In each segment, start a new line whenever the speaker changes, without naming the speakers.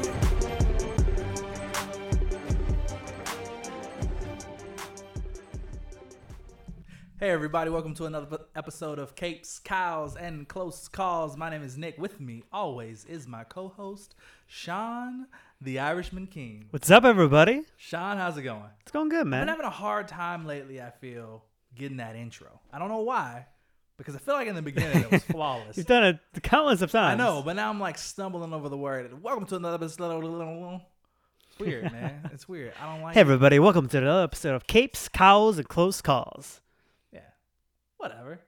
Hey, everybody, welcome to another p- episode of Capes, Cows, and Close Calls. My name is Nick. With me, always, is my co host, Sean, the Irishman King.
What's up, everybody?
Sean, how's it going?
It's going good,
I've
man.
been having a hard time lately, I feel, getting that intro. I don't know why, because I feel like in the beginning it was flawless.
You've done it countless of
I
times.
know, but now I'm like stumbling over the word. Welcome to another episode. It's weird, man. It's weird. I don't like
Hey,
it.
everybody, welcome to another episode of Capes, Cows, and Close Calls.
Yeah. Whatever.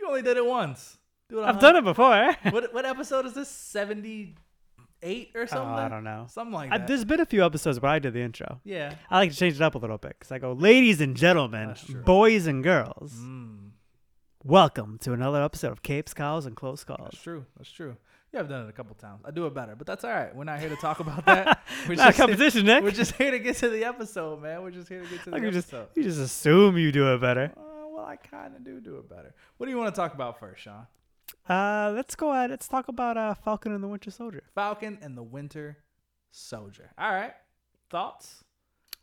You only did it once. Do it
I've done it before.
What, what episode is this? 78 or something?
Oh, I don't know.
Something like
I,
that.
there's been a few episodes where I did the intro.
yeah.
I like to change it up a little bit because I go, ladies and gentlemen,
That's true.
boys and girls,
Mm,
welcome to another episode of Capes, Cows, and Close Calls.
that's true. That's true. Yeah, I've done it a couple times. I do it better, but that's all right. We're not here to talk about that. We're
Not a
just here-
competition,
We're
Nick.
just here to get to the episode, man. We're just here to get to the
Like you just
episode.
you just assume you do it better.
Uh, well, I kind of do do it better. What do you want to talk about first, Sean?
Uh, let's go ahead. Let's talk about uh, Falcon and the Winter Soldier.
Falcon and the Winter Soldier. All right. Thoughts?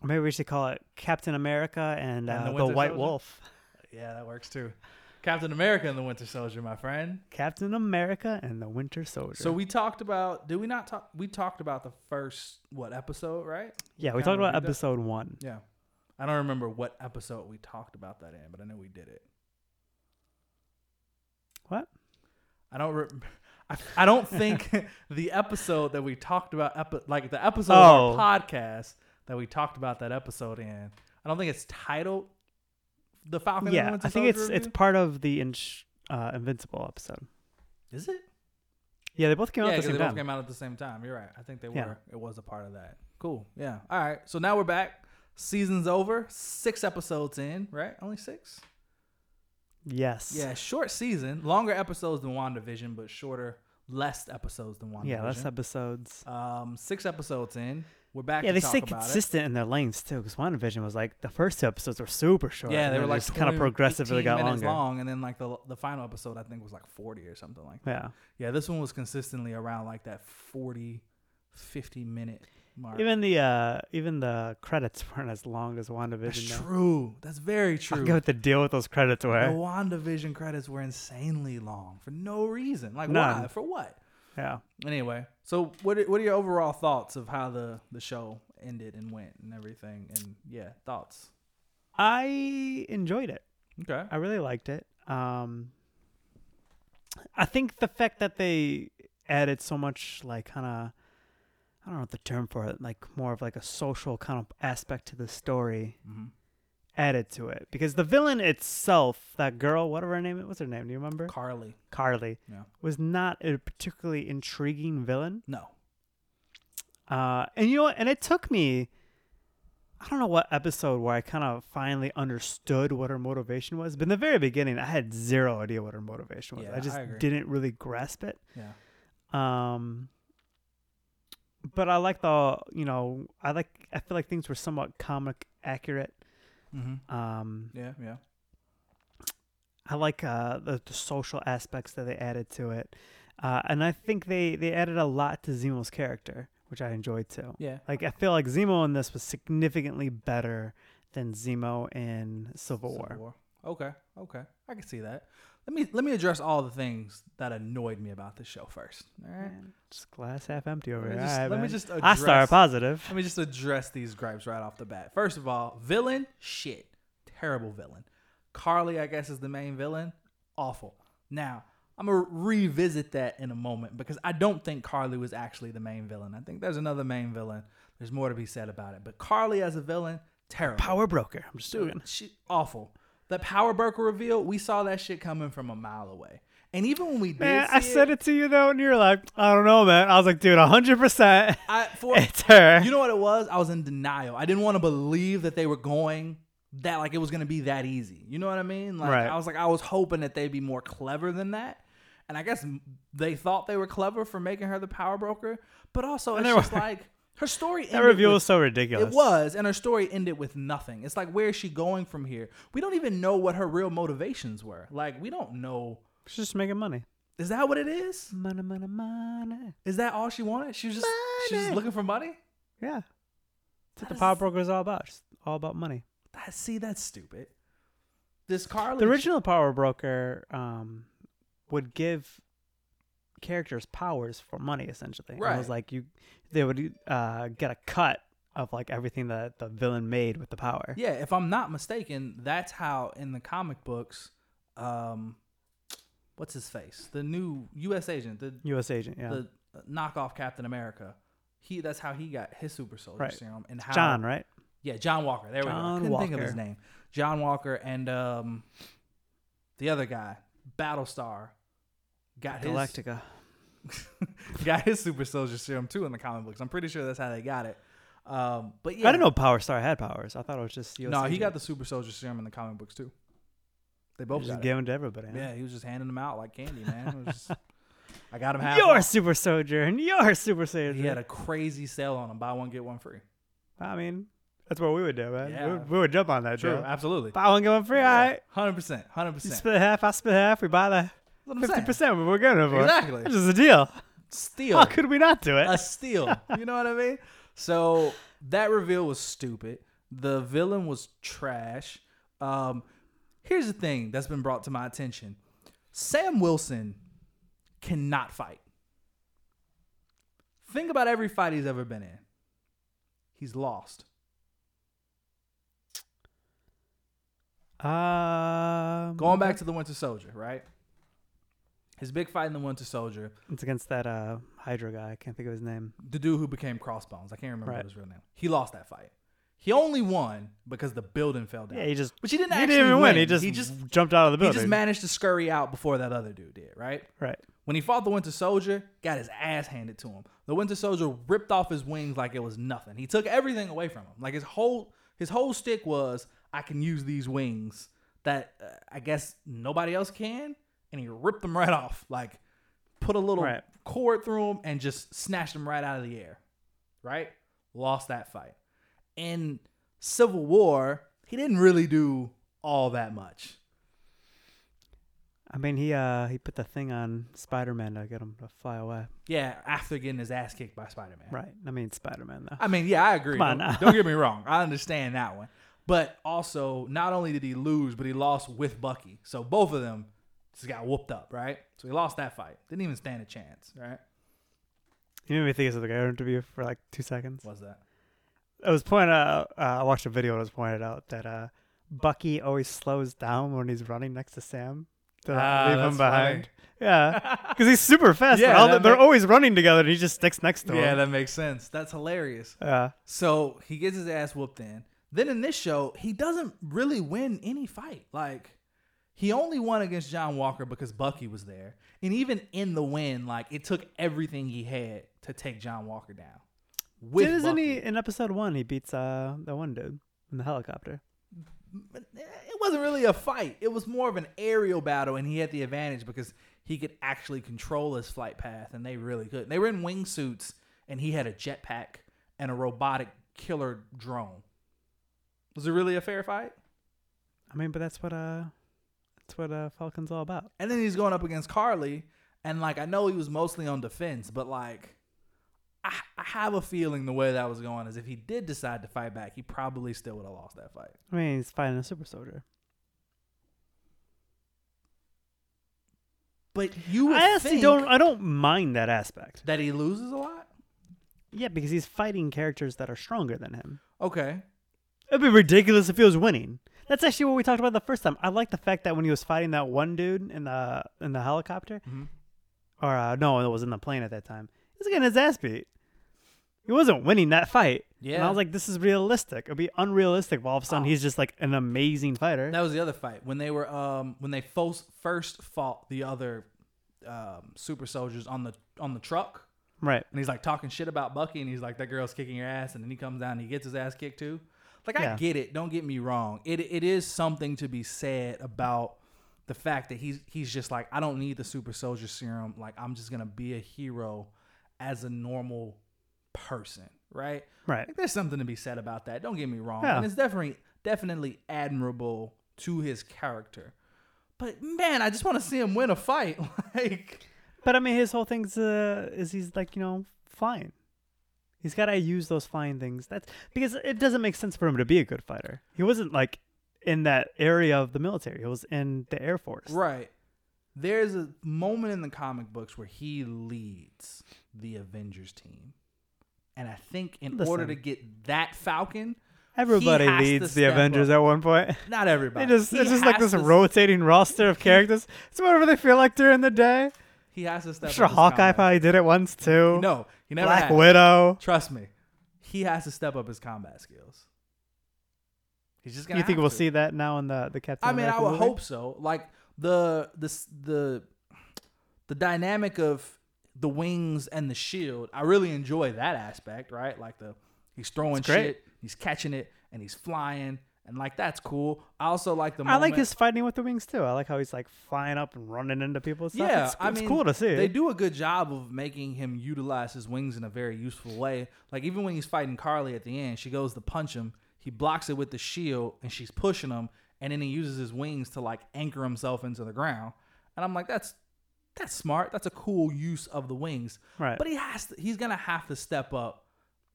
Or maybe we should call it Captain America and, uh,
And the
the,
Winter
White
Soldier?
Wolf.
Yeah, that works too. Captain America and the Winter Soldier, my friend.
Captain America and the Winter Soldier.
So we talked about, did we not talk? We talked about the first, what, episode, right?
yeah, we
kinda
talked about
reviewed that.
episode one.
Yeah. I don't remember what episode we talked about that in, but I know we did it.
What?
I don't. Re- I, I don't think the episode that we talked about, epi- like the episode
Oh.
of our podcast that we talked about that episode in, I don't think it's titled "The Falcon." and the
yeah,
Winter
I think it's
Soldier
it's
Review.
part of the Inch uh, Invincible episode.
Is it?
Yeah, they both came
Yeah,
out at the
'cause
same
they both
time.
came out at the same time. You're right. I think they
Yeah.
were. It was a part of that. Cool. Yeah. All right. So now we're back. Season's over. Six episodes in. Right? Only six.
Yes.
Yeah. Short season. Longer episodes than WandaVision, but shorter, less episodes than WandaVision.
Yeah, less episodes.
Um, six episodes in. We're back.
yeah,
to
they
talk
stay
about it.
consistent in their lengths too, because WandaVision was like the first two episodes were super short.
Yeah,
and
they
then
were like
just kind of
20,
progressively
18
got
minutes
longer.
long, and then like the the final episode I think was like 40 or something like that.
Yeah,
Yeah, this one was consistently around like that 40, 50 minute mark.
even the uh even the credits weren't as long as WandaVision.
That's
though.
true. That's very
I
true.
forget what the deal with those credits
The
were.
WandaVision credits were insanely long for no reason. Like
None.
why? For what?
Yeah,
Anyway, so what are, what are your overall thoughts of how the the show ended and went and everything? And yeah, thoughts.
I enjoyed it.
Okay.
I really liked it. Um, I think the fact that they added so much, like, kind of, I don't know what the term for it, like, more of like a social kind of aspect to the story
hmm
added to it. Because the villain itself, that girl, whatever her name was, what's her name? Do you remember?
Carly.
Carly,
Yeah.
was not a particularly intriguing villain.
No.
Uh, and you know, what? and it took me, I don't know what episode where I kind of finally understood what her motivation was. But in the very beginning, I had zero idea what her motivation was.
Yeah,
I just
I agree.
didn't really grasp it.
Yeah.
Um, but I like the, you know, I like, I feel like things were somewhat comic accurate.
Mm-hmm.
Um,
Yeah. Yeah.
I like uh, the, the social aspects that they added to it. Uh, and I think they, they added a lot to Zemo's character, which I enjoyed too.
Yeah.
Like I feel like Zemo in this was significantly better than Zemo in Civil War.
Civil War. Okay, okay, I can see that. Let me let me address all the things that annoyed me about this show first. All right,
Man, just glass half empty over
let me
here.
just,
All right,
let me
man.
just
I
address,
start positive.
let me just address these gripes right off the bat. First of all, villain shit, terrible villain. Carly, I guess, is the main villain. Awful. Now I'm gonna revisit that in a moment because I don't think Carly was actually the main villain. I think there's another main villain. There's more to be said about it, but Carly as a villain, terrible.
Power broker. I'm just
Dude,
doing.
she awful. The power broker reveal, we saw that shit coming from a mile away. And even when we did,
Man,
see
I said it to you though, and you're like, I don't know, man. I was like, dude, 100. percent
I, for
It's her.
you know what it was? I was in denial. I didn't want to believe that they were going that like it was gonna be that easy. You know what I mean? Like
Right.
I was like I was hoping that they'd be more clever than that. And I guess m- they thought they were clever for making her the power broker, but also
And
it's
they
just
were.
like her story.
That
ended
reveal
with-
was so ridiculous.
It was, and her story ended with nothing. It's like, where is she going from here? We don't even know what her real motivations were. Like, we don't know.
She's just making money.
Is that what it is?
Money, money, money.
Is that all she wanted? She was just she was just
Money.
looking for money.
Yeah. That's what the
That
power
is-
broker is all about. It's all about money.
That, see, that's stupid. This Carly,
The original power broker um, would give characters powers for money, essentially. And It
Right.
was like you, they would uh, get a cut of like everything that the villain made with the power.
yeah, if I'm not mistaken, that's how in the comic books, um, what's his face, the new U.S. agent, the
U.S. agent. Yeah.
the uh, knockoff Captain America, he that's how he got his super soldier
Right.
serum and how
John, right?
Yeah, John Walker. There we go. I
John
couldn't think of his
Walker.
name. John Walker and um, the other guy, Battlestar, got his
Galactica.
got his super soldier serum too in the comic books. I'm pretty sure that's how they got it. Um, but yeah,
I didn't know Power Star had powers. I thought it was just U.S.
No, he
agent.
got the super soldier serum in the comic books too. They both
He
got
just
it.
gave them to everybody. huh?
Yeah, he was just handing them out like candy, man. It was just- I got him half.
You're a
off.
super soldier, and you're a super soldier.
He had a crazy sale on him: buy one get one free.
I mean, that's what we would do, man.
Yeah.
We, would, we would jump on that.
True,
Joe.
absolutely.
Buy one, get one free. All right.
Hundred percent, hundred
You
percent.
split half, I split half. We buy the fifty percent. We're getting it for
Exactly.
This is a deal.
Steal.
How could we not do it?
a steal. You know what I mean? So that reveal was stupid. The villain was trash. Um, here's the thing that's been brought to my attention: Sam Wilson cannot fight. Think about every fight he's ever been in. He's lost.
um,
Going back to the Winter Soldier, right? His big fight in the Winter Soldier,
it's against that uh, Hydra guy. I can't think of his name.
the dude who became Crossbones. I can't remember
Right.
his real name. He lost that fight. He only won because the building fell down.
Yeah, he just.
But he didn't
he
actually
didn't even win. He just,
He just
jumped out of the
he
building.
just managed to scurry out before that other dude did, right?
right.
When he fought the Winter Soldier, got his ass handed to him. The Winter Soldier ripped off his wings like it was nothing. He took everything away from him. Like his whole his whole stick was I can use these wings that uh, I guess nobody else can, and he ripped them right off. Like put a little
Right.
cord through him and just snatched him right out of the air. Right? Lost that fight. In Civil War, he didn't really do all that much.
I mean, he uh, he put the thing on Spider Man to get him to fly away.
Yeah, after getting his ass kicked by Spider Man.
Right. I mean, Spider Man though.
I mean, yeah, I agree.
Come on
don't,
now.
don't get me wrong. I understand that one. But also, not only did he lose, but he lost with Bucky. So both of them just got whooped up, right? So he lost that fight. Didn't even stand a chance, right?
You made me think of the guy interview for like two seconds.
Was that?
It was pointed out. Uh, I watched a video. and It was pointed out that uh, Bucky always slows down when he's running next to Sam to like,
Ah,
leave
that's
him behind. Yeah, because he's super fast.
Yeah,
Yeah, all the,
that
they're
make-
always running together, and he just sticks next to
Yeah,
him.
that makes sense. That's hilarious.
Yeah,
So he gets his ass whooped in. Then in this show, he doesn't really win any fight. Like he only won against John Walker because Bucky was there. And even in the win, like it took everything he had to take John Walker down. With
Did- isn't he
Bucky.
in episode one? He beats uh the one dude in the helicopter.
But eh, it wasn't really a fight. It was more of an aerial battle, and he had the advantage because he could actually control his flight path, and they really couldn't. They were in wingsuits, and he had a jetpack and a robotic killer drone. Was it really a fair fight?
I mean, but that's what uh, that's what uh Falcon's all about.
And then he's going up against Carly, and like I know he was mostly on defense, but like I, I have a feeling the way that was going is if he did decide to fight back, he probably still would have lost that fight.
I mean, he's fighting a super soldier.
But you would
I honestly
think
don't. I don't mind that aspect.
that he loses a lot.
Yeah, because he's fighting characters that are stronger than him.
Okay,
It'd be ridiculous if he was winning. That's actually what we talked about the first time. I like the fact that when he was fighting that one dude in the in the helicopter,
Mhm.
or uh, no, it was in the plane at that time. He was getting his ass beat. He wasn't winning that fight. and
Yeah.
I was like, this is realistic. It'd be unrealistic. If all of a sudden,
Oh.
he's just like an amazing fighter.
That was the other fight when they were um when they fo- first fought the other um, super soldiers on the on the truck,
right.
and he's like talking shit about Bucky, and he's like that girl's kicking your ass, and then he comes down and he gets his ass kicked too. Like I
Yeah.
get it, don't get me wrong. It it is something to be said about the fact that he's he's just like I don't need the super soldier serum. Like I'm just gonna be a hero as a normal person, right?
Right.
Like, there's something to be said about that. Don't get me wrong,
Yeah.
and it's definitely definitely admirable to his character. But man, I just want to see him win a fight. like
But I mean, his whole thing's uh, is he's like you know flying. He's got to use those flying things. That's because it doesn't make sense for him to be a good fighter. He wasn't like in that area of the military. He was in the air force.
Right. There's a moment in the comic books where he leads the Avengers team. And I think in order to
Listen.
get that Falcon,
Everybody
has to
leads the
step
Avengers
up.
at one point.
not
They
everybody.
just
he
it's just like
has
this
to-
rotating roster of characters. It's whatever they feel like during the day.
He has to step
I'm sure
up. his
Hawkeye
combat.
probably did it once too.
No, he never
Black
has.
Widow.
Trust me. He has to step up his combat skills. He's just gonna
You think
have
we'll
to.
see that now in the the Captain?
I mean, I
America
would
movie?
hope so. Like the the s- the the dynamic of the wings and the shield. I really enjoy that aspect, right? Like the he's throwing
It's great.
shit, he's catching it, and he's flying, and like that's cool. I also like the.
I like
moment-
his fighting with the wings too. I like how he's like flying up and running into people. And stuff.
Yeah,
it's,
I
it's
mean,
cool to see.
They do a good job of making him utilize his wings in a very useful way. Like even when he's fighting Carly at the end, she goes to punch him. He blocks it with the shield, and she's pushing him. And then he uses his wings to like anchor himself into the ground. And I'm like, that's that's smart. That's a cool use of the wings.
Right.
But he has to. He's gonna have to step up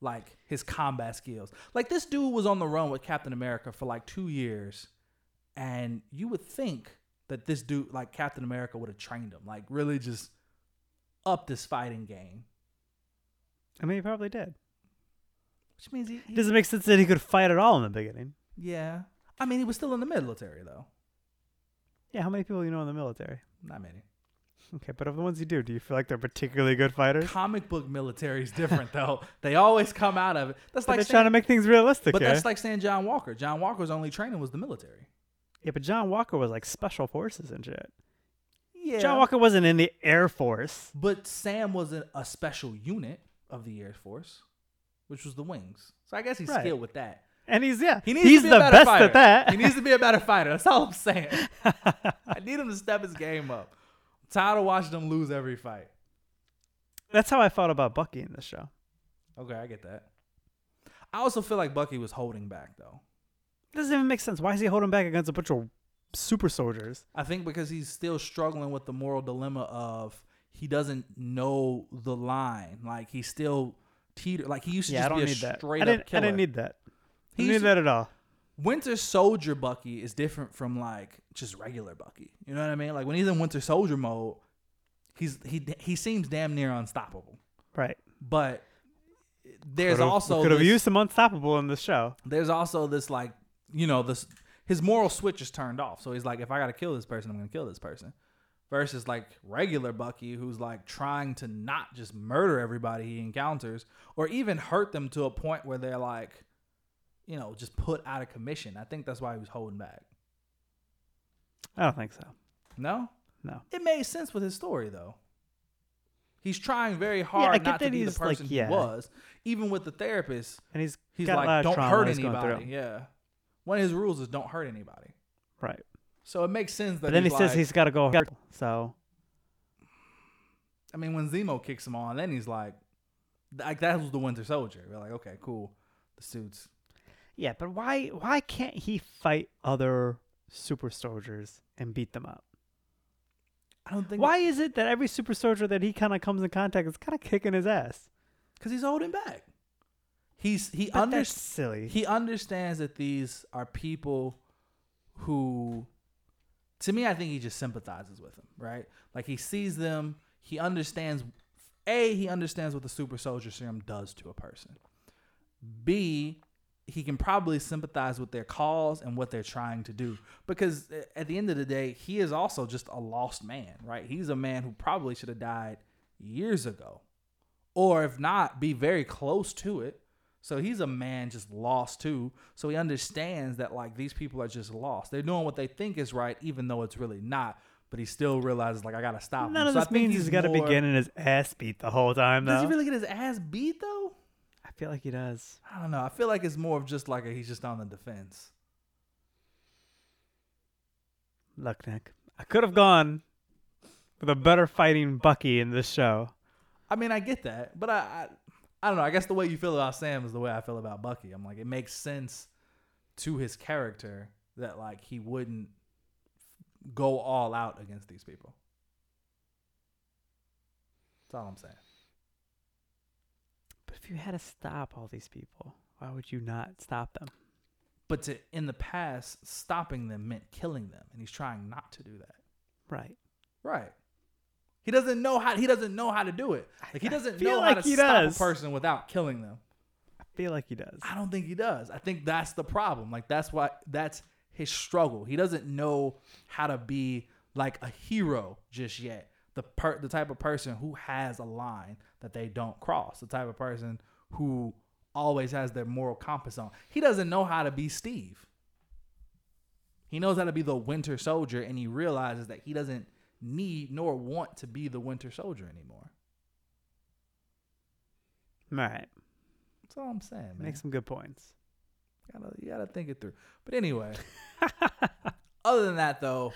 like his combat skills. Like this dude was on the run with Captain America for like two years and you would think that this dude like captain america would have trained him like really just up this fighting game
I mean, he probably did.
which means he, he-
It doesn't make sense that he could fight at all in the beginning.
yeah i mean he was still in the military though
Yeah, how many people you know in the military?
not many
Okay, but of the ones you do, do you feel like they're particularly good fighters?
comic book military is different though they always come out of it that's
But
like
they're
saying-
trying to make things realistic.
but
here.
that's like saying john walker john walker's only training was the military
yeah, but John Walker was like special forces and shit.
yeah
John Walker wasn't in the Air Force.
but sam was a, a special unit of the air force which was the wings so i guess he's
Right.
skilled with that
And he's yeah,
He needs
he's
to be
the
a better
best
fighter.
at that.
He needs to be a better fighter. That's all I'm saying. I need him to step his game up. I'm tired of watching him lose every fight.
That's how I felt about Bucky in this show.
Okay, I get that. I also feel like Bucky was holding back though.
doesn't even make sense. Why is he holding back against a bunch of super soldiers?
I think because he's still struggling with the moral dilemma of he doesn't know the line. Like he's still teeter. Like he used to
Yeah, I
just
don't
be a
need that. I
straight
didn't.
up killer.
I didn't need that. I
He
didn't
used
need
to-
that at all.
Winter Soldier Bucky is different from like just regular Bucky. You know what I mean? Like when he's in Winter Soldier mode, he's he he seems damn near unstoppable.
Right.
But there's
Could've- we
also
could have
this-
used some unstoppable in the show.
there's also this like you know this his moral switch is turned off. So he's like, if I gotta kill this person, I'm gonna kill this person. Versus like regular Bucky, who's like trying to not just murder everybody he encounters, or even hurt them to a point where they're like, you know, just put out of commission. I think that's why he was holding back.
I don't think so.
No,
No.
it made sense with his story though. He's trying very
I
hard
get
not to
that
be the
he's, like,
person
yeah.
he was. Even with the therapist,
And he's
he's
got a lot
like,
of
"Don't
trauma
hurt
he's going
anybody."
through.
Yeah, one of his rules is don't hurt anybody.
right.
So it makes sense that.
But then he
he's
says
like-
he's got to go. Hurt. So
I mean, when Zemo kicks him on, then he's like, like that was the Winter Soldier. We're like, okay, cool. The suits.
yeah, but why? Why can't he fight other super soldiers and beat them up?
I don't think
Why is it that every super soldier that he kind of comes in contact with is kind of kicking his ass?
because he's holding back. He's he
But that's
understands.
silly.
he understands that these are people who to me i think he just sympathizes with them right like he sees them he understands a he understands what the super soldier serum does to a person b he can probably sympathize with their cause and what they're trying to do because uh, at the end of the day he is also just a lost man right he's a man who probably should have died years ago or if not be very close to it so he's a man just lost too. So he understands that like these people are just lost. They're doing what they think is right, even though it's really not. But he still realizes like I gotta stop.
None
him.
of
So I
this
think
means he's got to be
more-
getting his ass beat the whole time, though.
Does he really get his ass beat though?
I feel like he does.
I don't know. I feel like it's more of just like a, he's just on the defense.
Look, Nick, I could have gone with a better fighting Bucky in this show.
I mean, I get that, but I, I, I don't know. I guess the way you feel about Sam is the way I feel about Bucky. I'm like, it makes sense to his character that like he wouldn't go all out against these people. That's all I'm saying.
But if you had to stop all these people, why would you not stop them?
But to in the past, stopping them meant killing them, and he's trying not to do that.
Right.
Right. He doesn't know how he doesn't know how to do it. Like he
I
doesn't
feel
know
like
how to
he
stop
does.
a person without killing them.
I feel like he does.
I don't think he does. I think that's the problem. Like that's why that's his struggle. He doesn't know how to be like a hero just yet. The per- the type of person who has a line that they don't cross. The type of person who always has their moral compass on. He doesn't know how to be Steve. He knows how to be the Winter Soldier and he realizes that he doesn't need nor want to be the Winter Soldier anymore.
All right.
That's all I'm saying, man.
Make some good points.
Gotta, you gotta think it through. But anyway, other than that though,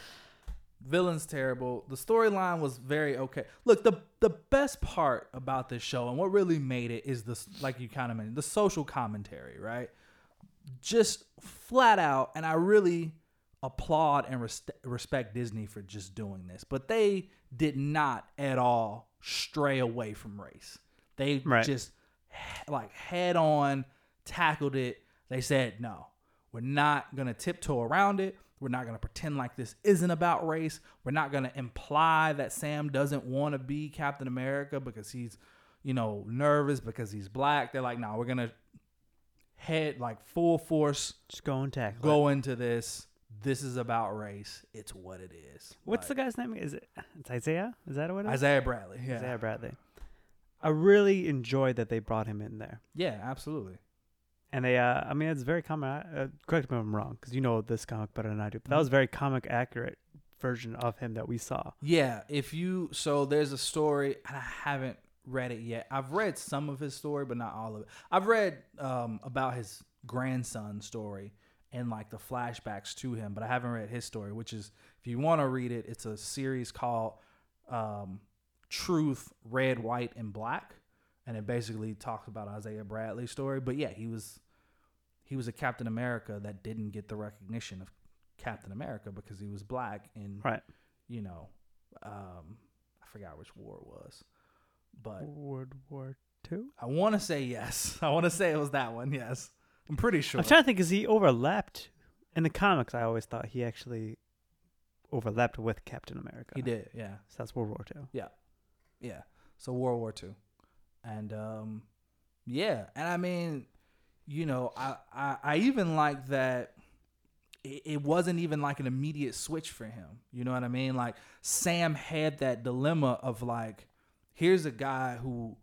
villain's terrible. The storyline was very okay. Look, the the best part about this show and what really made it is this, like you kind of mentioned, the social commentary, right? Just flat out, and I really applaud and res- respect Disney for just doing this, but they did not at all stray away from race. They
Right.
just he- like head on tackled it. They said, no, we're not going to tiptoe around it. We're not going to pretend like this isn't about race. We're not going to imply that Sam doesn't want to be Captain America because he's, you know, nervous because he's black. They're like, no, we're going to head like full force
Just go and tackle. it.
go into this. This is about race. It's what it is.
What's the guy's name? Is it it's Isaiah? Is that what it is?
Isaiah Bradley? Yeah,
Isaiah Bradley. I really enjoyed that they brought him in there.
yeah, absolutely.
And they, uh, I mean, it's very common. Uh, correct me if I'm wrong, because you know this comic better than I do. But that was a very comic accurate version of him that we saw.
Yeah, if you so there's a story and I haven't read it yet. I've read some of his story, but not all of it. I've read um, about his grandson story and like the flashbacks to him, but I haven't read his story. Which is, if you want to read it, it's a series called um, "Truth: Red, White, and Black," and it basically talks about Isaiah Bradley's story. But yeah, he was he was a Captain America that didn't get the recognition of Captain America because he was black and
Right.
you know, um, I forgot which war it was, but
World War Two.
I want to say yes. I want to say it was that one. Yes, I'm pretty sure.
I'm trying to think. Is he overlapped in the comics? I always thought he actually overlapped with Captain America.
he did. Yeah,
So that's World War Two.
yeah. So World War Two, and um, yeah, and I mean, you know, I I, I even like that. It it wasn't even like an immediate switch for him. You know what I mean? Like Sam had that dilemma of like, here's a guy who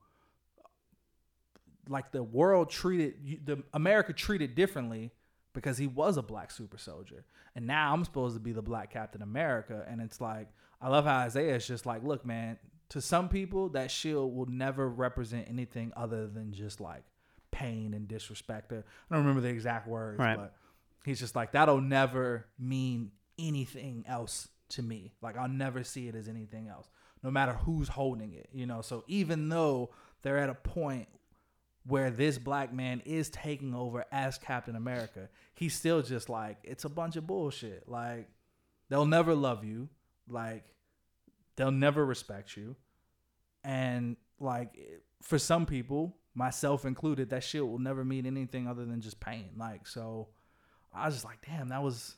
like the world treated you- the America treated differently because he was a black super soldier, and now I'm supposed to be the black Captain America, and it's like I love how Isaiah is just like, look, man, to some people that shield will never represent anything other than just like pain and disrespect. Or- I don't remember the exact words,
Right.
but he's just like that'll never mean anything else to me. Like I'll never see it as anything else, no matter who's holding it, you know. So even though they're at a point where this black man is taking over as Captain America, he's still just like, it's a bunch of bullshit. Like, they'll never love you. Like, they'll never respect you. And, like, it- for some people, myself included, that shit will never mean anything other than just pain. Like, so I was just like, damn, that was,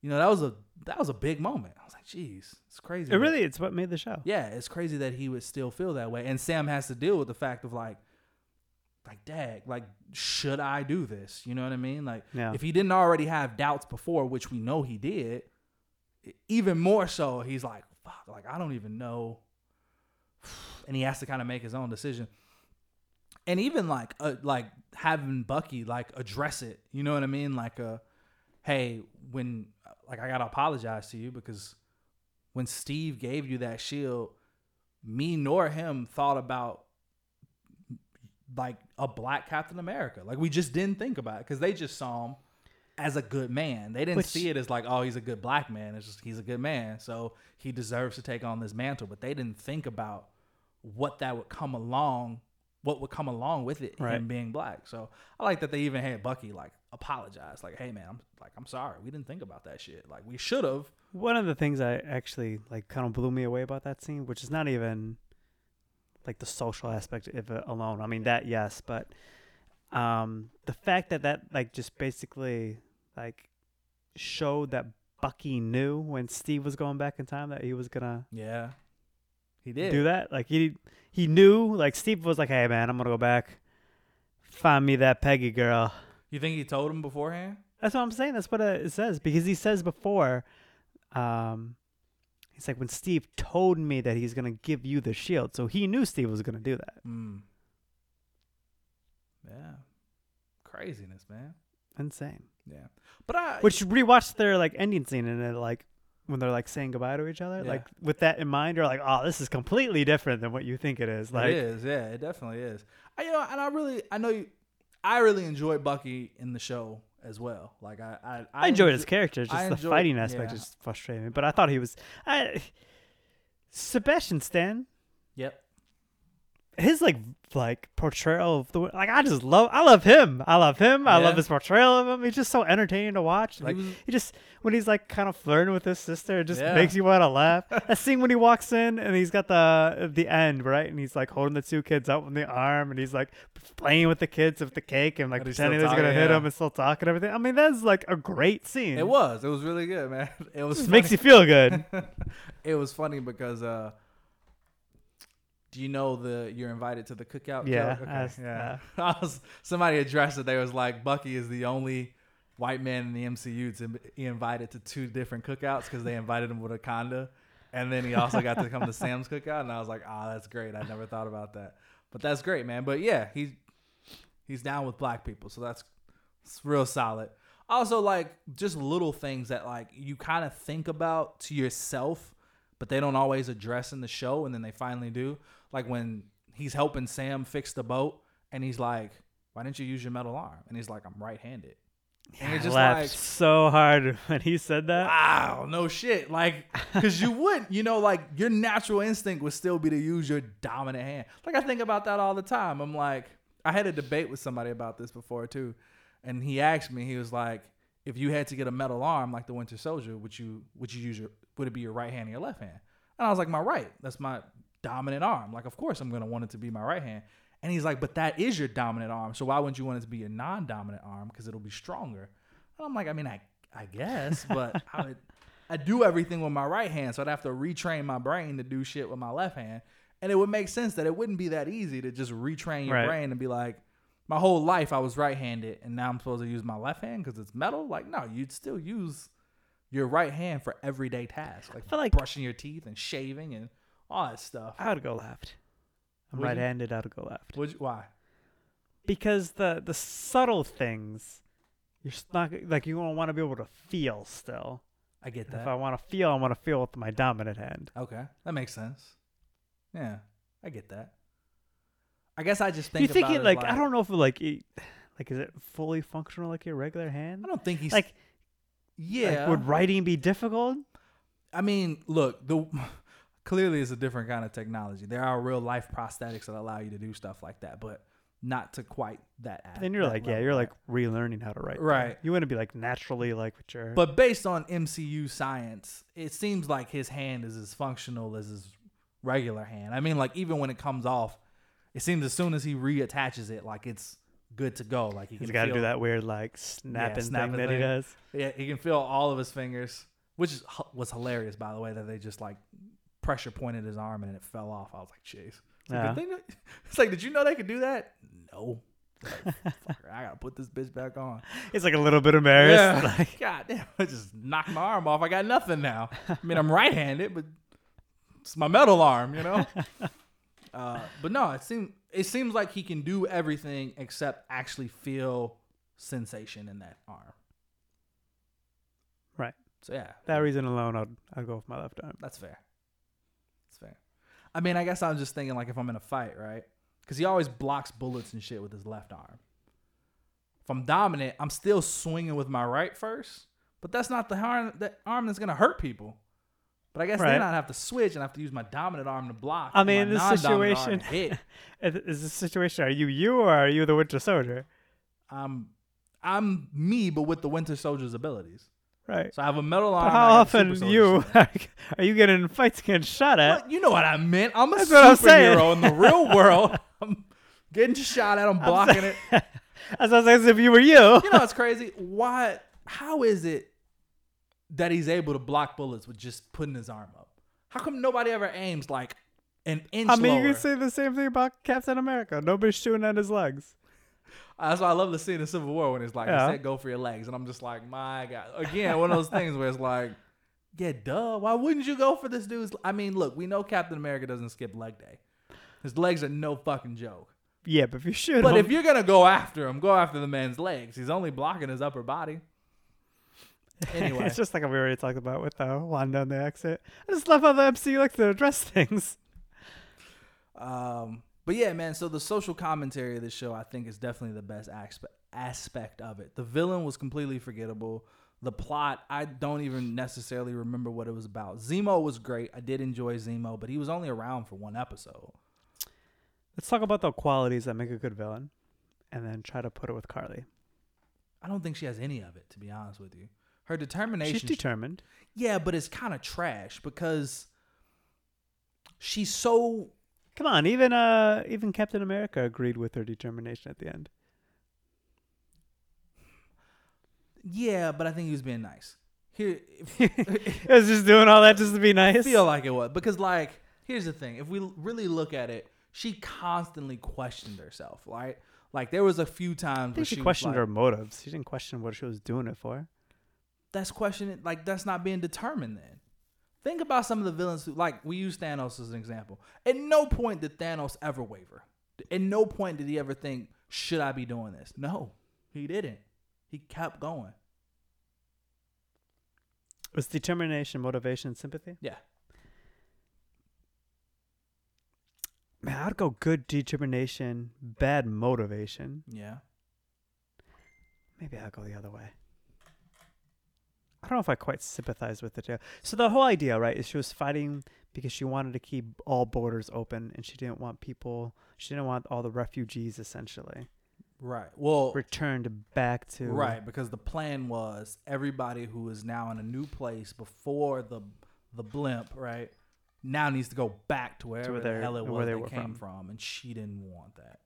you know, that was a, that was a big moment. I was like, jeez, it's crazy.
It really, it's what made the show.
Yeah, it's crazy that he would still feel that way. And Sam has to deal with the fact of like, like, dag, like, should I do this? You know what I mean? Like,
Yeah.
if he didn't already have doubts before, which we know he did, e- even more so, he's like, fuck, like, I don't even know. And he has to kind of make his own decision. And even like, uh, like having Bucky like address it, you know what I mean? Like, uh, hey, when like I gotta apologize to you because when Steve gave you that shield, me nor him thought about like a black Captain America. Like we just didn't think about it because they just saw him as a good man. They didn't
Which-
see it as like, oh, he's a good black man. It's just he's a good man, so he deserves to take on this mantle. But they didn't think about what that would come along, what would come along with it,
Right.
him being black. So I like that they even had Bucky like apologize, like, hey man, I'm like I'm sorry, we didn't think about that shit. Like we should have.
One of the things I actually like kind of blew me away about that scene, which is not even like the social aspect of it alone. I mean that yes, but um the fact that that like just basically like showed that Bucky knew when Steve was going back in time that he was gonna
Yeah, he did.
do that. Like he he knew like Steve was like, "Hey man, I'm going to go back find me that Peggy girl."
You think he told him beforehand?
That's what I'm saying. That's what it says because he says before, um, he's like when Steve told me that he's gonna give you the shield, so he knew Steve was gonna do that,
Mm. Yeah, craziness, man.
insane.
Yeah, but I
Which rewatched their like ending scene and it like when they're like saying goodbye to each other,
Yeah.
like with that in mind, you're like, oh, this is completely different than what you think it is. Like,
it is, yeah, it definitely is. I, you know, and I really, I know you, I really enjoyed Bucky in the show as well. Like I, I,
I enjoyed his character,
I
just the
enjoy-
fighting aspect
yeah.
just frustrated me. But I thought he was, I, Sebastian Stan.
Yep.
his like v- like portrayal of the like I just love I love him I love him I
Yeah.
love his portrayal of him he's just so entertaining to watch like he,
was-
just when he's like kind of flirting with his sister it just
Yeah.
makes you want to laugh that scene when he walks in and he's got the the end right and he's like holding the two kids up in the arm and he's like playing with the kids with the cake and like
And he's
pretending
still
he's gonna
talking,
hit
yeah.
him and still talking and everything I mean that's like a great scene
It was. It was really good, man. It was
just
funny.
makes you feel good
it was funny because uh do you know the you're invited to the cookout
Yeah,
joke?
I was-
yeah I was, somebody addressed it they was like bucky is the only white man in the mcu to be invited to two different cookouts because they invited him with a conda and then he also got to come to sam's cookout and i was like ah that's great i never thought about that but that's great man but yeah he's he's down with black people so that's it's real solid also like just little things that like you kind of think about to yourself but they don't always address in the show and then they finally do like when he's helping sam fix the boat and he's like why didn't you use your metal arm and he's like i'm right-handed and
I
you're just
laughed
like
so hard when he said that
wow no shit like because you would you know like your natural instinct would still be to use your dominant hand like i think about that all the time i'm like i had a debate with somebody about this before too and he asked me he was like if you had to get a metal arm like the winter soldier would you would you use your would it be your right hand or your left hand and i was like my right that's my dominant arm like of course i'm gonna want it to be my right hand and he's like but that is your dominant arm so why wouldn't you want it to be your non-dominant arm because it'll be stronger and i'm like i mean i i guess but i would I do everything with my right hand, so I'd have to retrain my brain to do shit with my left hand. And it would make sense that it wouldn't be that easy to just retrain your
Right.
brain and be like, my whole life I was right handed and now I'm supposed to use my left hand because it's metal. Like, no, you'd still use your right hand for everyday tasks, like,
feel like-
brushing your teeth and shaving and all that stuff.
I would go left I'm
Would you?
right-handed I would go left
Would you, why?
because the the subtle things you're s- not g- like you don't want to be able to feel still
I get
if i
that.
want to feel i want to feel with my dominant hand
Okay, that makes sense. Yeah, I get that. I guess I just
Do
think
you think
about
it
it
like, i don't know if it like it, like is it fully functional like your regular hand
I don't think he's
like, like,
yeah.
would writing be difficult
I mean, look, the clearly it's a different kind of technology. There are real life prosthetics that allow you to do stuff like that, but not to quite that. act-
then you're
that
like yeah
level.
you're like relearning how to write though.
Right.
you want to be like naturally like with your
But based on MCU science, it seems like his hand is as functional as his regular hand. I mean, like even when it comes off, it seems as soon as he reattaches it, like it's good to go. Like he
he's
can
got to
feel,
do that weird like snapping
snapping
thing that he
thing.
does
Yeah, he can feel all of his fingers, which is, was hilarious, by the way, that they just like pressure pointed his arm and it fell off. I was like, jeez. It's like,
Yeah.
"Did they know-" It's like, did you know they could do that? No. Like, fucker, I gotta put this bitch back on.
it's like a little bit embarrassed
Yeah.
like
God damn, I just knocked my arm off. I got nothing now. I mean, I'm right handed, but it's my metal arm, you know? uh, but no, it seems it seems like he can do everything except actually feel sensation in that arm.
Right.
So yeah.
that reason alone i'd, I'd go with my left arm
That's fair. That's fair. I mean, I guess I'm just thinking like if I'm in a fight, right? Because he always blocks bullets and shit with his left arm. If I'm dominant, I'm still swinging with my right first, but that's not the arm that arm that's gonna hurt people. But I guess
Right.
then I'd have to switch and I have to use my dominant arm to block.
I
and
mean,
my
in this
non-dominant arm
situation-
to hit.
Is is this situation? Are you you or are you the Winter Soldier?
I'm I'm me, but with the Winter Soldier's abilities.
Right.
So I have Oh, a metal arm.
But
and
how
I got the
often
Super Soldier
you
serum.
are you getting in fights getting shot at?
What? You know what I meant. I'm a
That's what I'm saying.
superhero in the real world. I'm getting shot at. I'm blocking it.
That sounds like as if you were you.
You know what's crazy? Why? How is it that he's able to block bullets with just putting his arm up? How come nobody ever aims like an inch
I mean,
lower?
you could say the same thing about Captain America. Nobody's shooting at his legs.
That's why I love the scene in Civil War when it's like,
Yeah.
he said, go for your legs. And I'm just like, my God. Again, one of those things where it's like, yeah, duh. Why wouldn't you go for this dude's? I mean, look, we know Captain America doesn't skip leg day. His legs are no fucking joke.
Yeah, but if you shoot
But
him,
if you're going to go after him, go after the man's legs. He's only blocking his upper body. Anyway,
it's just like we already talked about with the Wanda and the exit. I just love how the MCU likes to address things.
Um, but yeah, man. So the social commentary of this show, I think, is definitely the best aspect aspect of it. The villain was completely forgettable. The plot, I don't even necessarily remember what it was about. Zemo was great. I did enjoy Zemo, but he was only around for one episode.
Let's talk about the qualities that make a good villain, and then try to put it with Carly.
I don't think she has any of it, to be honest with you. Her
She's
determination,
determined.
yeah, but it's kind of trash because she's so
Come on, even uh, even Captain America agreed with her determination at the end.
yeah. But I think he was being nice. Here,
It was just doing all that just to be nice.
feel like it was because like here's the thing if we really look at it she constantly questioned herself right like there was a few times
I
where
think she,
was
questioned
like,
her motives. She didn't question what she was doing it for.
that's questioning like that's not being determined then think about some of the villains who like we use thanos as an example at no point did thanos ever waver at no point did he ever think should i be doing this no he didn't he kept going
It was determination, motivation, and sympathy.
yeah
Man, I'd go good determination, bad motivation.
yeah
Maybe I'll go the other way. I don't know if I quite sympathize with the two. So the whole idea, right, is she was fighting because she wanted to keep all borders open and she didn't want people, she didn't want all the refugees essentially
right well
returned back to
Oh. Right, because the plan was everybody who is now in a new place before the the blimp, right, now needs to go back to wherever
they-
the hell it
where
was
they
they,
were
came
from.
from, and she didn't want that.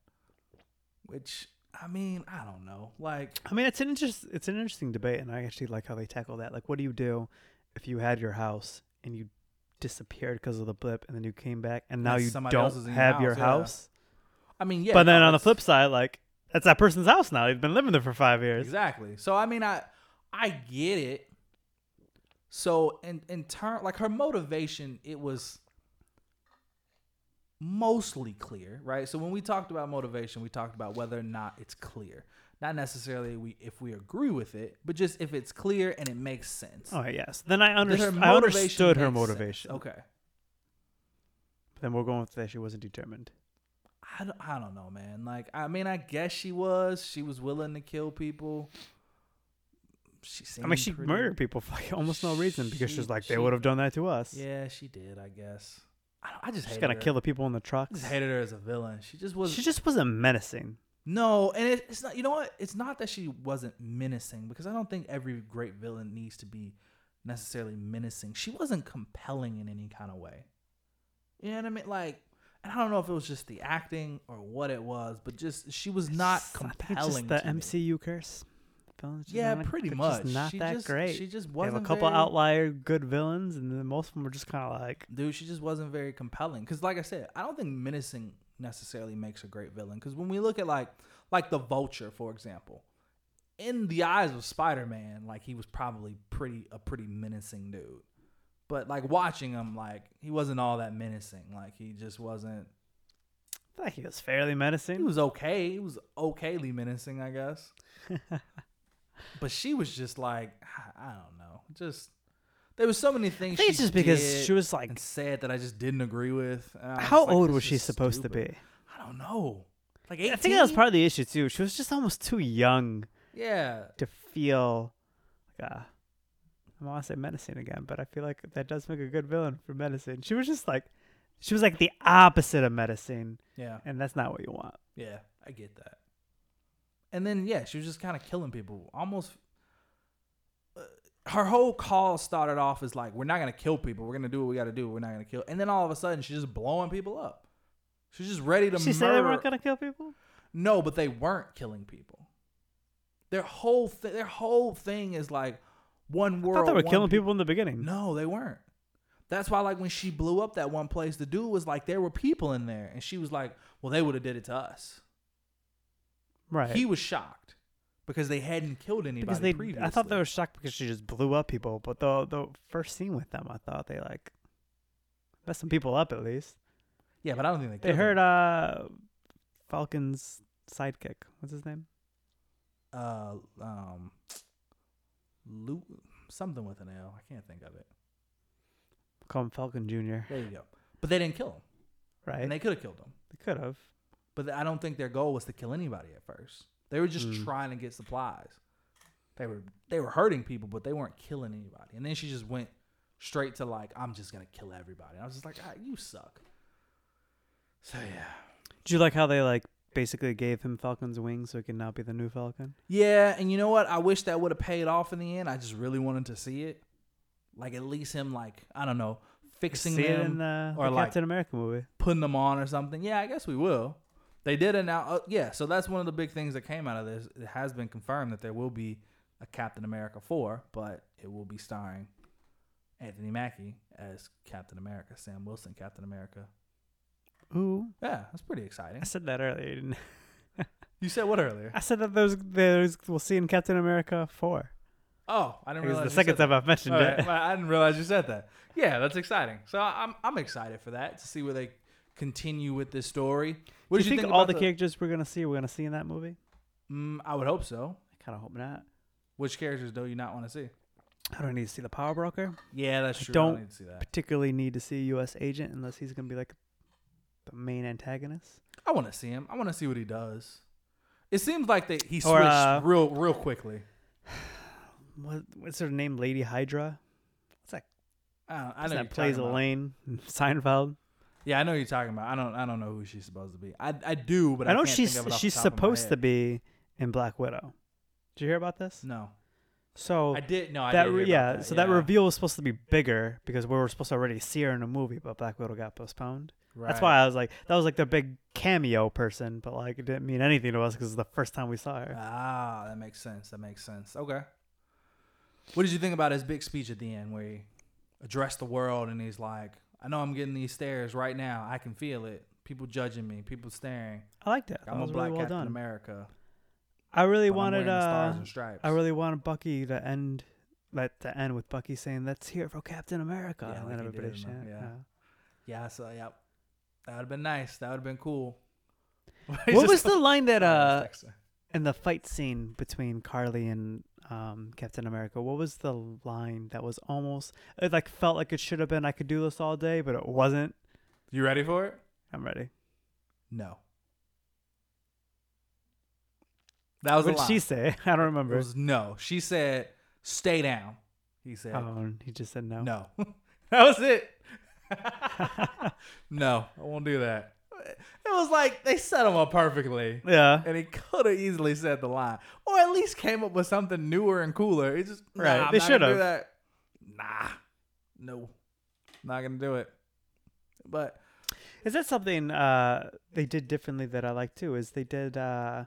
Which I mean, I don't know. Like,
I mean, it's an interest. It's an interesting debate, and I actually like how they tackle that. Like, what do you do if you had your house and you disappeared because of the blip, and then you came back, and now
And
you
somebody else is
don't
in your
have your
house, yeah.
house?
I mean, yeah.
but then
no,
on the
it's-
flip side, like that's that person's house now. They've been living there for five years.
Exactly. So I mean, I I get it. So in in turn, like her motivation, it was mostly clear, right? So when we talked about motivation, we talked about whether or not it's clear, not necessarily we if we agree with it, but just if it's clear and it makes sense.
Oh yes. Then I
Did her
understood. I
motivation
understood her
make sense?
motivation.
Okay.
But then we're going with that she wasn't determined.
I don't, I don't know, man. Like, I mean, I guess she was. She was willing to kill people. She seemed
I mean, she
pretty-
murdered people for like almost no reason because
She-
she's like
she-
they would have done that to us.
Yeah, she did, I guess. I, don't, I just
She's
hated
gonna
her.
kill the people in the
I
trucks.
just hated her as a villain. She just was
She just wasn't menacing.
no, and it, it's not. You know what? It's not that she wasn't menacing because I don't think every great villain needs to be necessarily menacing. She wasn't compelling in any kind of way. You know what I mean? Like, and I don't know if it was just the acting or what it was, but just she was not
It's- I think it's
compelling.
Just
to
the
me.
MCU curse. Villains just
Yeah,
aren't-
pretty
they're
much.
Just not
She
that
just-
great.
She just
they
wasn't.
have a couple
very-
outlier good villains, and then most of them are just kind of like
dude she just wasn't very compelling because like i said i don't think menacing necessarily makes a great villain because when we look at like like the vulture for example in the eyes of spider-man like he was probably pretty a pretty menacing dude but like watching him like he wasn't all that menacing like he just wasn't
I thought he was fairly menacing.
he was okay he was okayly menacing i guess but she was just like I- i don't know just there was so many
I
things
think it's
she
just because
did
she was like,
and said that I just didn't agree with. And I was
how
like,
old
this
was she
is
supposed
stupid.
to be?
I don't know. Like 18?
I think that was part of the issue too. She was just almost too young
Yeah.
to feel. Like, uh, I want to say medicine again, but I feel like that does make a good villain for medicine. She was just like, she was like the opposite of medicine,
Yeah.
and that's not what you want.
Yeah. I get that. And then, yeah, she was just kind of killing people. Almost. uh, Her whole call started off as like, we're not going to kill people. We're going to do what we got to do. We're not going to kill. And then all of a sudden, she's just blowing people up. She's just ready to
She
murder.
said they weren't gonna kill people.
No, but they weren't killing people. Their whole th- their whole thing is like one
I
world.
thought they were
one
killing
peop-
people in the beginning.
No, they weren't. That's why, like when she blew up that one place, the dude was like, there were people in there, and she was like, well, they would have did it to us.
right?
He was shocked because they hadn't killed anybody
because they,
previously.
I thought they were shocked because she just blew up people. But the the first scene with them, I thought they like messed some people up at least.
yeah, but I don't think they.
They
killed
heard
him.
uh Falcon's sidekick. What's his name?
uh, um, Lu- something with an L. I can't think of it.
Call him Falcon Junior.
There you go. But they didn't kill him,
Right?
and
They,
they could have killed him.
could have.
But I don't think their goal was to kill anybody at first. They were just
Mm.
trying to get supplies. They were they were hurting people, but they weren't killing anybody. And then she just went straight to like, I'm just gonna kill everybody. And I was just like, ah, you suck. So yeah,
Do you like how they like basically gave him Falcon's wings so he can now be the new Falcon?
yeah. And you know what? I wish that would have paid off in the end. I just really wanted to see it. Like at least him, like I don't know, fixing
See it
them,
in uh,
or
the
like-
Captain America movie.
putting them on or something. Yeah, I guess we will. They did announce. Uh, yeah, so that's one of the big things that came out of this. It has been confirmed that there will be a Captain America four, but it will be starring Anthony Mackie as Captain America, Sam Wilson Captain America.
Ooh,
Yeah, that's pretty
I
exciting.
said that earlier. you didn't-
You said what earlier?
I said that those those we'll see in Captain America four.
Oh, I didn't
It was
realize
the
you said
second
that.
time I've mentioned
All
it.
right, well, I didn't realize you said that. Yeah, that's exciting. So I- I'm I'm excited for that to see where they continue with this story. What
Do
did
you
you,
think,
think
all
about
the characters we're gonna see? We're gonna see in that movie?
Mm, I would hope so.
I kind of hope not.
Which characters do you not want to see?
I don't need to see the Power Broker.
Yeah, that's
I
true. I
don't
don't need to see that.
Particularly need to see U.S. Agent unless he's gonna be like the main antagonist.
I want to see him. I want to see what he does. It seems like that he switched
Or, uh,
real, real quickly.
What, what's her name? Lady Hydra.
I don't, I
I
know
that
who you're
plays
talking about.
Elaine in Seinfeld.
Yeah, I know who you're talking about. I don't. I don't know who she's supposed to be. I, I do, but I,
I know
can't
she's
think of it off
she's
the top of my
supposed to
head.
be in Black Widow. Did you hear about this?
No,
So
I did. No, I
that
did.
re-
Hear
yeah,
about that.
so that reveal was supposed to be bigger because we were supposed to already see her in a movie, but Black Widow got postponed. That's why I was like, that was like the big cameo person, but like it didn't mean anything to us because it's the first time we saw her.
Ah, that makes sense. That makes sense. Okay. What did you think about his big speech at the end where he addressed the world and he's like, "I know I'm getting these stares right now. I can feel it. People judging me. People staring.
I liked it. That
I'm a
was
black
really well
Captain
done.
America.
I really
but I'm wearing
wanted
the
uh,
stars and stripes.
I really wanted Bucky to end like to end with Bucky saying, "Let's hear it for Captain America,"
Yeah,
and
like
then
he did
everybody
in the-
chant.
yeah.
Yeah.
Yeah, so yeah, that would have been nice. That would have been cool.
What was the line that uh
That's
in the fight scene between Carly and um Captain America? What was the line that was almost it like felt like it should have been I could do this all day, but it wasn't.
You ready for it?
I'm ready.
No. That was
what
a
did
lie.
she say? I don't
It
remember.
was no. She said, "Stay down." He said,
oh, and he just said no.
"No." that was it. no, I won't do that. It was like they set him up perfectly.
Yeah.
And he could have easily said the line, or at least came up with something newer and cooler. It's just nah,
Right,
I'm
they
not gonna do
should've.
that. Nah, no, not gonna do it. But
Is that something uh, they did differently that I like too? Is they did uh,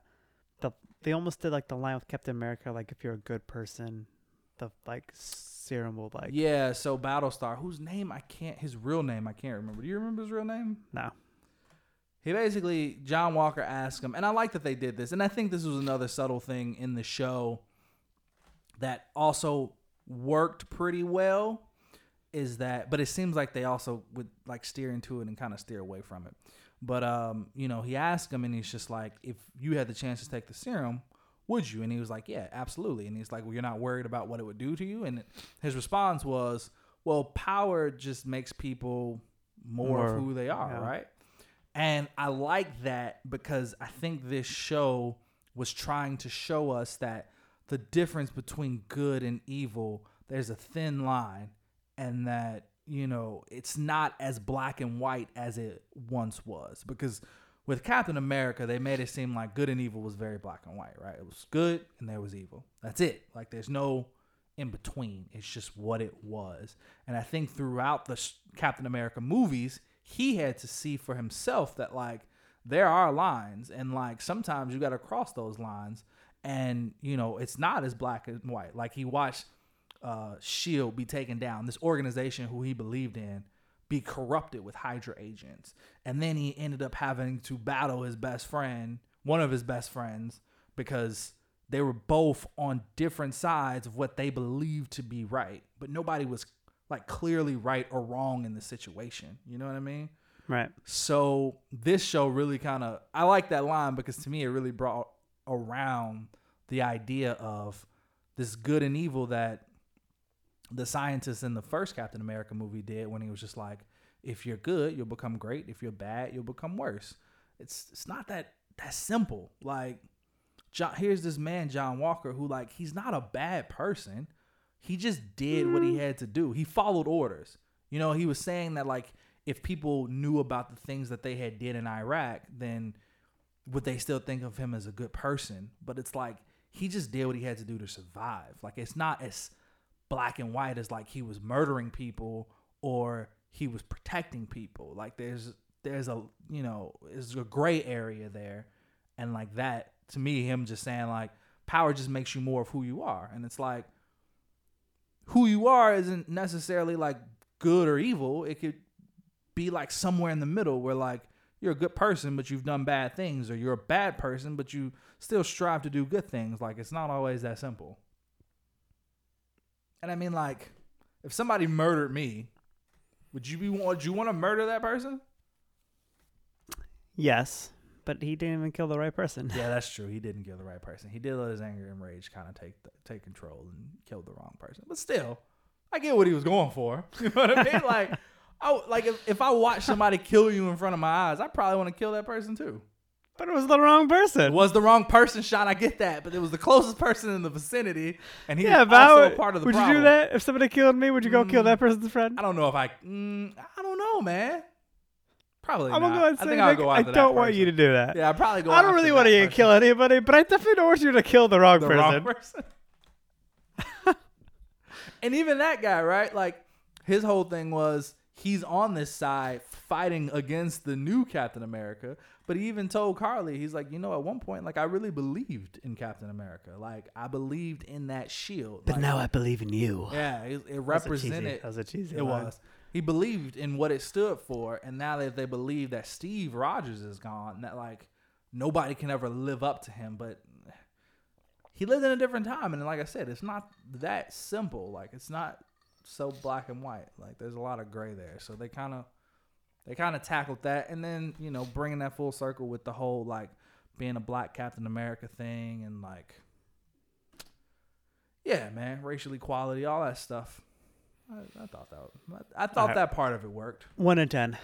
the they almost did like the line with Captain America, like if you're a good person, the like serum will like
yeah, so Battlestar, whose name I can't, his real name I can't remember. Do you remember his real name?
no.
He basically John Walker asked him, and I like that they did this, and I think this was another subtle thing in the show that also worked pretty well. Is that? But it seems like they also would like steer into it and kind of steer away from it. But um, you know, he asked him, and he's just like, "If you had the chance to take the serum, would you?" And he was like, "Yeah, absolutely." And he's like, "Well, you're not worried about what it would do to you." And his response was, "Well, power just makes people more,
More,
of who they are,
yeah.
right?" And I like that because I think this show was trying to show us that the difference between good and evil, there's a thin line, and that, you know, it's not as black and white as it once was. Because with Captain America, they made it seem like good and evil was very black and white, right? It was good and there was evil. That's it. Like, there's no in between. It's just what it was. And I think throughout the s- Captain America movies, he had to see for himself that like there are lines and like sometimes you got to cross those lines and you know, it's not as black and white. Like he watched uh Shield be taken down, this organization who he believed in be corrupted with Hydra agents. And then he ended up having to battle his best friend, one of his best friends because they were both on different sides of what they believed to be right, but nobody was like clearly right or wrong in the situation. You know what I mean?
Right.
So this show really kind of I like that line because to me it really brought around the idea of this good and evil that the scientist in the first Captain America movie did when he was just like, if you're good, you'll become great. If you're bad, you'll become worse. It's it's not that that simple. Like John, here's this man John Walker who like he's not a bad person. He just did what he had to do. He followed orders. You know, he was saying that like if people knew about the things that they had did in Iraq, then would they still think of him as a good person? But it's like he just did what he had to do to survive. Like it's not as black and white as like he was murdering people or he was protecting people. Like there's there's a you know there's a gray area there, and like that to me, him just saying like power just makes you more of who you are, and it's like who you are isn't necessarily like good or evil. It could be like somewhere in the middle where like you're a good person but you've done bad things or you're a bad person but you still strive to do good things like it's not always that simple and i mean like if somebody murdered me would you be would you want to murder that person
Yes, but he didn't even kill the right person.
yeah that's true he didn't kill the right person he did let his anger and rage kind of take the, take control and kill the wrong person but still i get what he was going for you know what i mean like I, w- like if, if i watch somebody kill you in front of my eyes i probably want to kill that person too
But it was the wrong
It
person.
was the wrong person shot. I get that, but it was the closest person in the vicinity, and he
Yeah,
was
but I
also
would,
a part of the
would
problem. Mm.
you do that if somebody killed me? Would you go kill that person's friend?
I don't know if I. Mm, I don't know, man. Probably.
I'm
not.
gonna go and
I
say
think
like,
I'll go
I
after that
don't want you to
person.
do that.
Yeah, I probably go.
I don't
after
really
that
want to
person.
kill anybody, but I definitely don't want you to kill the wrong
the
person.
wrong person. and even that guy, right? Like his whole thing was he's on this side fighting against the new Captain America. But he even told Carly, he's like, you know, at one point, like I really believed in Captain America. Like I believed in that shield. Like,
I believe in you.
yeah, it, it
That was a cheesy-
represented
That was a cheesy.
it
line.
was. He believed in what it stood for, and now that they believe that Steve Rogers is gone, that like nobody can ever live up to him, but he lived in a different time, and like I said, it's not that simple. Like it's not so black and white. Like there's a lot of gray there. So they kind of they kind of tackled that, and then you know bringing that full circle with the whole like being a black Captain America thing, and like yeah, man, racial equality, all that stuff. I, I thought that I, I thought
Alright.
that part of it worked.
One in ten.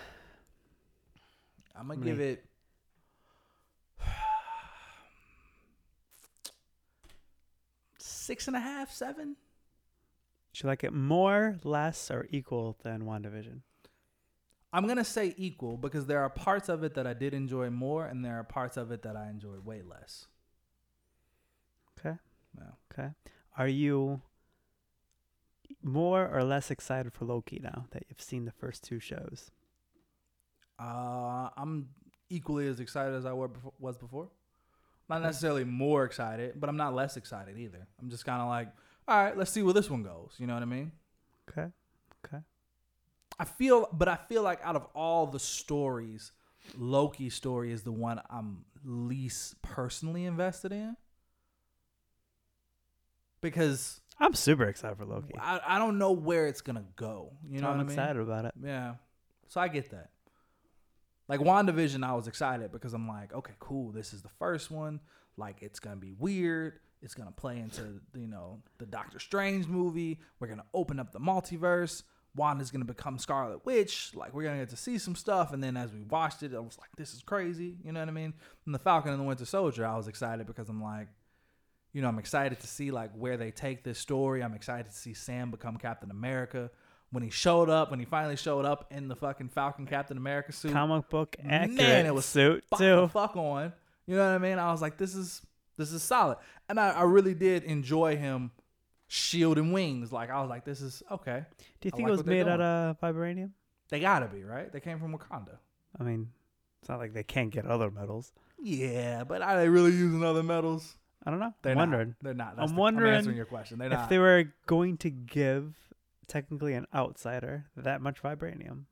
I'm gonna
How many?
give it. Six and a half, seven.
Should like it more, less, or equal than WandaVision?
I'm gonna say equal because there are parts of it that I did enjoy more, and there are parts of it that I enjoyed way less.
Okay.
No.
Okay. Are you more or less excited for Loki now that you've seen the first two shows?
Uh, I'm equally as excited as I were befo- was before. Not necessarily more excited, but I'm not less excited either. I'm just kind of like, all right, let's see where this one goes. You know what I mean?
Okay.
I feel, but I feel like out of all the stories, Loki's story is the one I'm least personally invested in. Because
I'm super excited for Loki.
I, I don't know where it's gonna go. You know
I'm
what I mean?
excited about it.
Yeah. So I get that. Like WandaVision, I was excited because I'm like, okay, cool. This is the first one. Like, it's going to be weird. It's going to play into, you know, the Doctor Strange movie. We're going to open up the multiverse. Wanda's gonna become Scarlet Witch. Like we're gonna get to see some stuff, and then as we watched it, I was like, "This is crazy." You know what I mean? And the Falcon and the Winter Soldier, I was excited because I'm like, you know, I'm excited to see like where they take this story. I'm excited to see Sam become Captain America. When he showed up, when he finally showed up in the fucking Falcon Captain America suit,
Comic book accurate
Man, it was
suit
fuck the
too.
fuck on. You know what I mean? I was like, this is this is solid, and I, I really did enjoy him shield and wings. Like I was like, this is okay.
Do you
I
think
like
it was
what they're
made out of vibranium?
They gotta be right. They came from Wakanda.
I mean, it's not like they can't get other metals.
Yeah, but are they really using other metals?
I don't know.
They're
wondering
Not. They're not. That's
I'm
the-
wondering
I'm answering your question. They're
if
not.
they were going to give technically an outsider that much vibranium.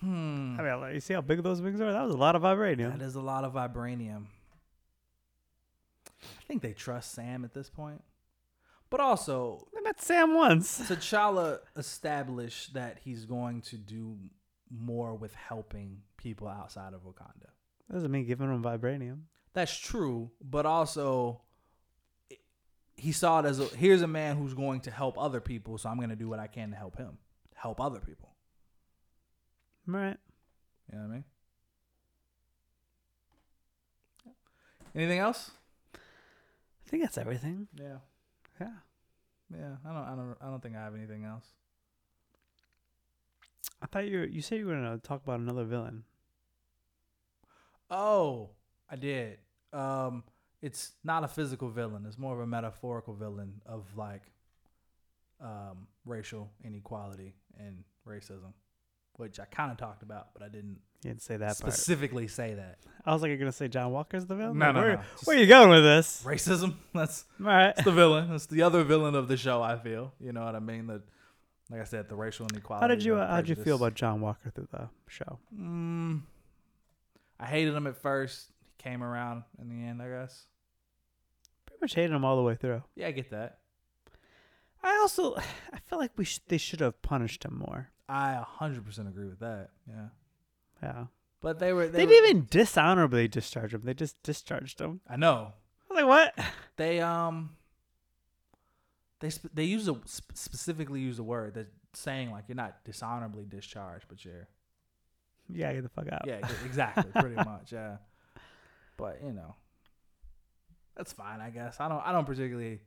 hmm.
I mean, like, you see how big those wings are? That was a lot of vibranium.
That is a lot of vibranium. I think they trust Sam at this point, but also
I met Sam once.
T'Challa established that he's going to do more with helping people outside of Wakanda.
Doesn't mean giving him vibranium.
That's true, but also it- he saw it as a, here's a man who's going to help other people, so I'm going to do what I can to help him, help other people.
All right.
You know what I mean? Anything else?
I think that's everything.
Yeah.
Yeah.
Yeah, I don't I don't I don't think I have anything else.
I thought you were, you said you were gonna talk about another villain.
Oh, I did. Um, it's not a physical villain. It's more of a metaphorical villain of like um, racial inequality and racism, which I kind of talked about, but I didn't
You didn't say that part.
specifically say that.
I was like, you're gonna say John Walker's the villain.
No,
Like,
no,
where,
no. Just-
Where you going with this?
Racism. That's
All right.
that's the villain. That's the other villain of the show. I feel. You know what I mean? That, like I said, the racial inequality.
How did you
the
uh, How'd you feel
prejudice.
about John Walker through the show?
Mm, I hated him at first. He came around in the end, I guess.
Pretty much hated him all the way through.
Yeah, I get that.
I also I feel like we should they should have punished him more.
I 100% agree with that. Yeah.
Yeah.
But they were.
They,
They, were,
didn't even dishonorably discharge him. They just discharged him.
I know.
I was like, what?
They um. They sp- they use a sp- specifically use the word that saying like you're not dishonorably discharged, but you're
Yeah, get the fuck out.
yeah e- exactly pretty much yeah. But you know, that's fine. I guess I don't I don't particularly.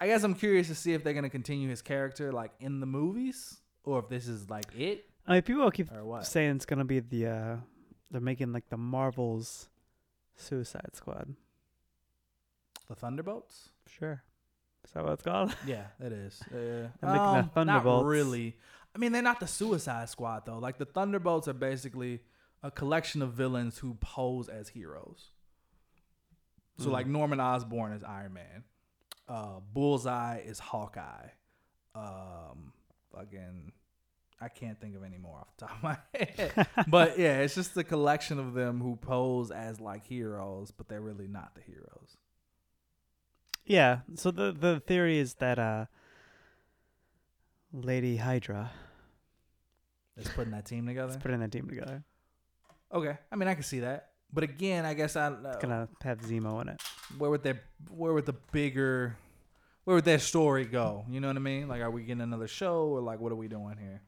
I guess I'm curious to see if they're gonna continue his character like in the movies or if this is like it
I mean, people keep
or what.
saying it's gonna be the uh they're making like the Marvel's Suicide Squad.
The Thunderbolts.
Sure. Is that what it's called?
Yeah, it is. Yeah. Um,
They're making the
Not
Thunderbolts.
really. I mean, they're not the Suicide Squad though. Like the Thunderbolts are basically a collection of villains who pose as heroes. So
Mm.
like Norman Osborn is Iron Man. Uh, Bullseye is Hawkeye. Um, fucking, I can't think of any more off the top of my head. but yeah, it's just a collection of them who pose as like heroes, but they're really not the heroes.
Yeah. So the the theory is that uh Lady Hydra
That's putting that team
is
together.
putting that team together.
Okay, I mean I can see that, but again, I guess I uh,
It's gonna have Zemo in it.
where would their where would the bigger where would their story go? You know what I mean? Like, are we getting another show or like what are we doing here?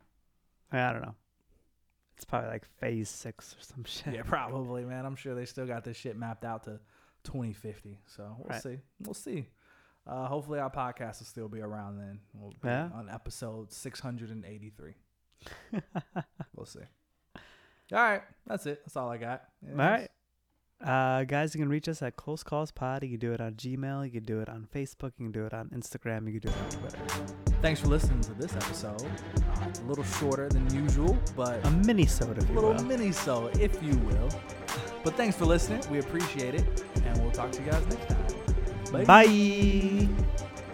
I don't know. It's probably like phase six or some shit.
Yeah, probably, man. I'm sure they still got this shit mapped out to 2050. So we'll
Right.
see. We'll see. Uh, hopefully, our podcast will still be around then. We'll be
Yeah.
on episode 683. We'll see. All right, that's it. That's all I got.
All right. Uh, guys, you can reach us at Close Calls Pod. You can do it on Gmail. You can do it on Facebook. You can do it on Instagram. You can do it on Twitter.
Thanks for listening to this episode. Uh, it's a little shorter than usual, but
A mini soda, if you
little
will.
mini so, if you will. But thanks for listening. We appreciate it, and we'll talk to you guys next time.
Bye.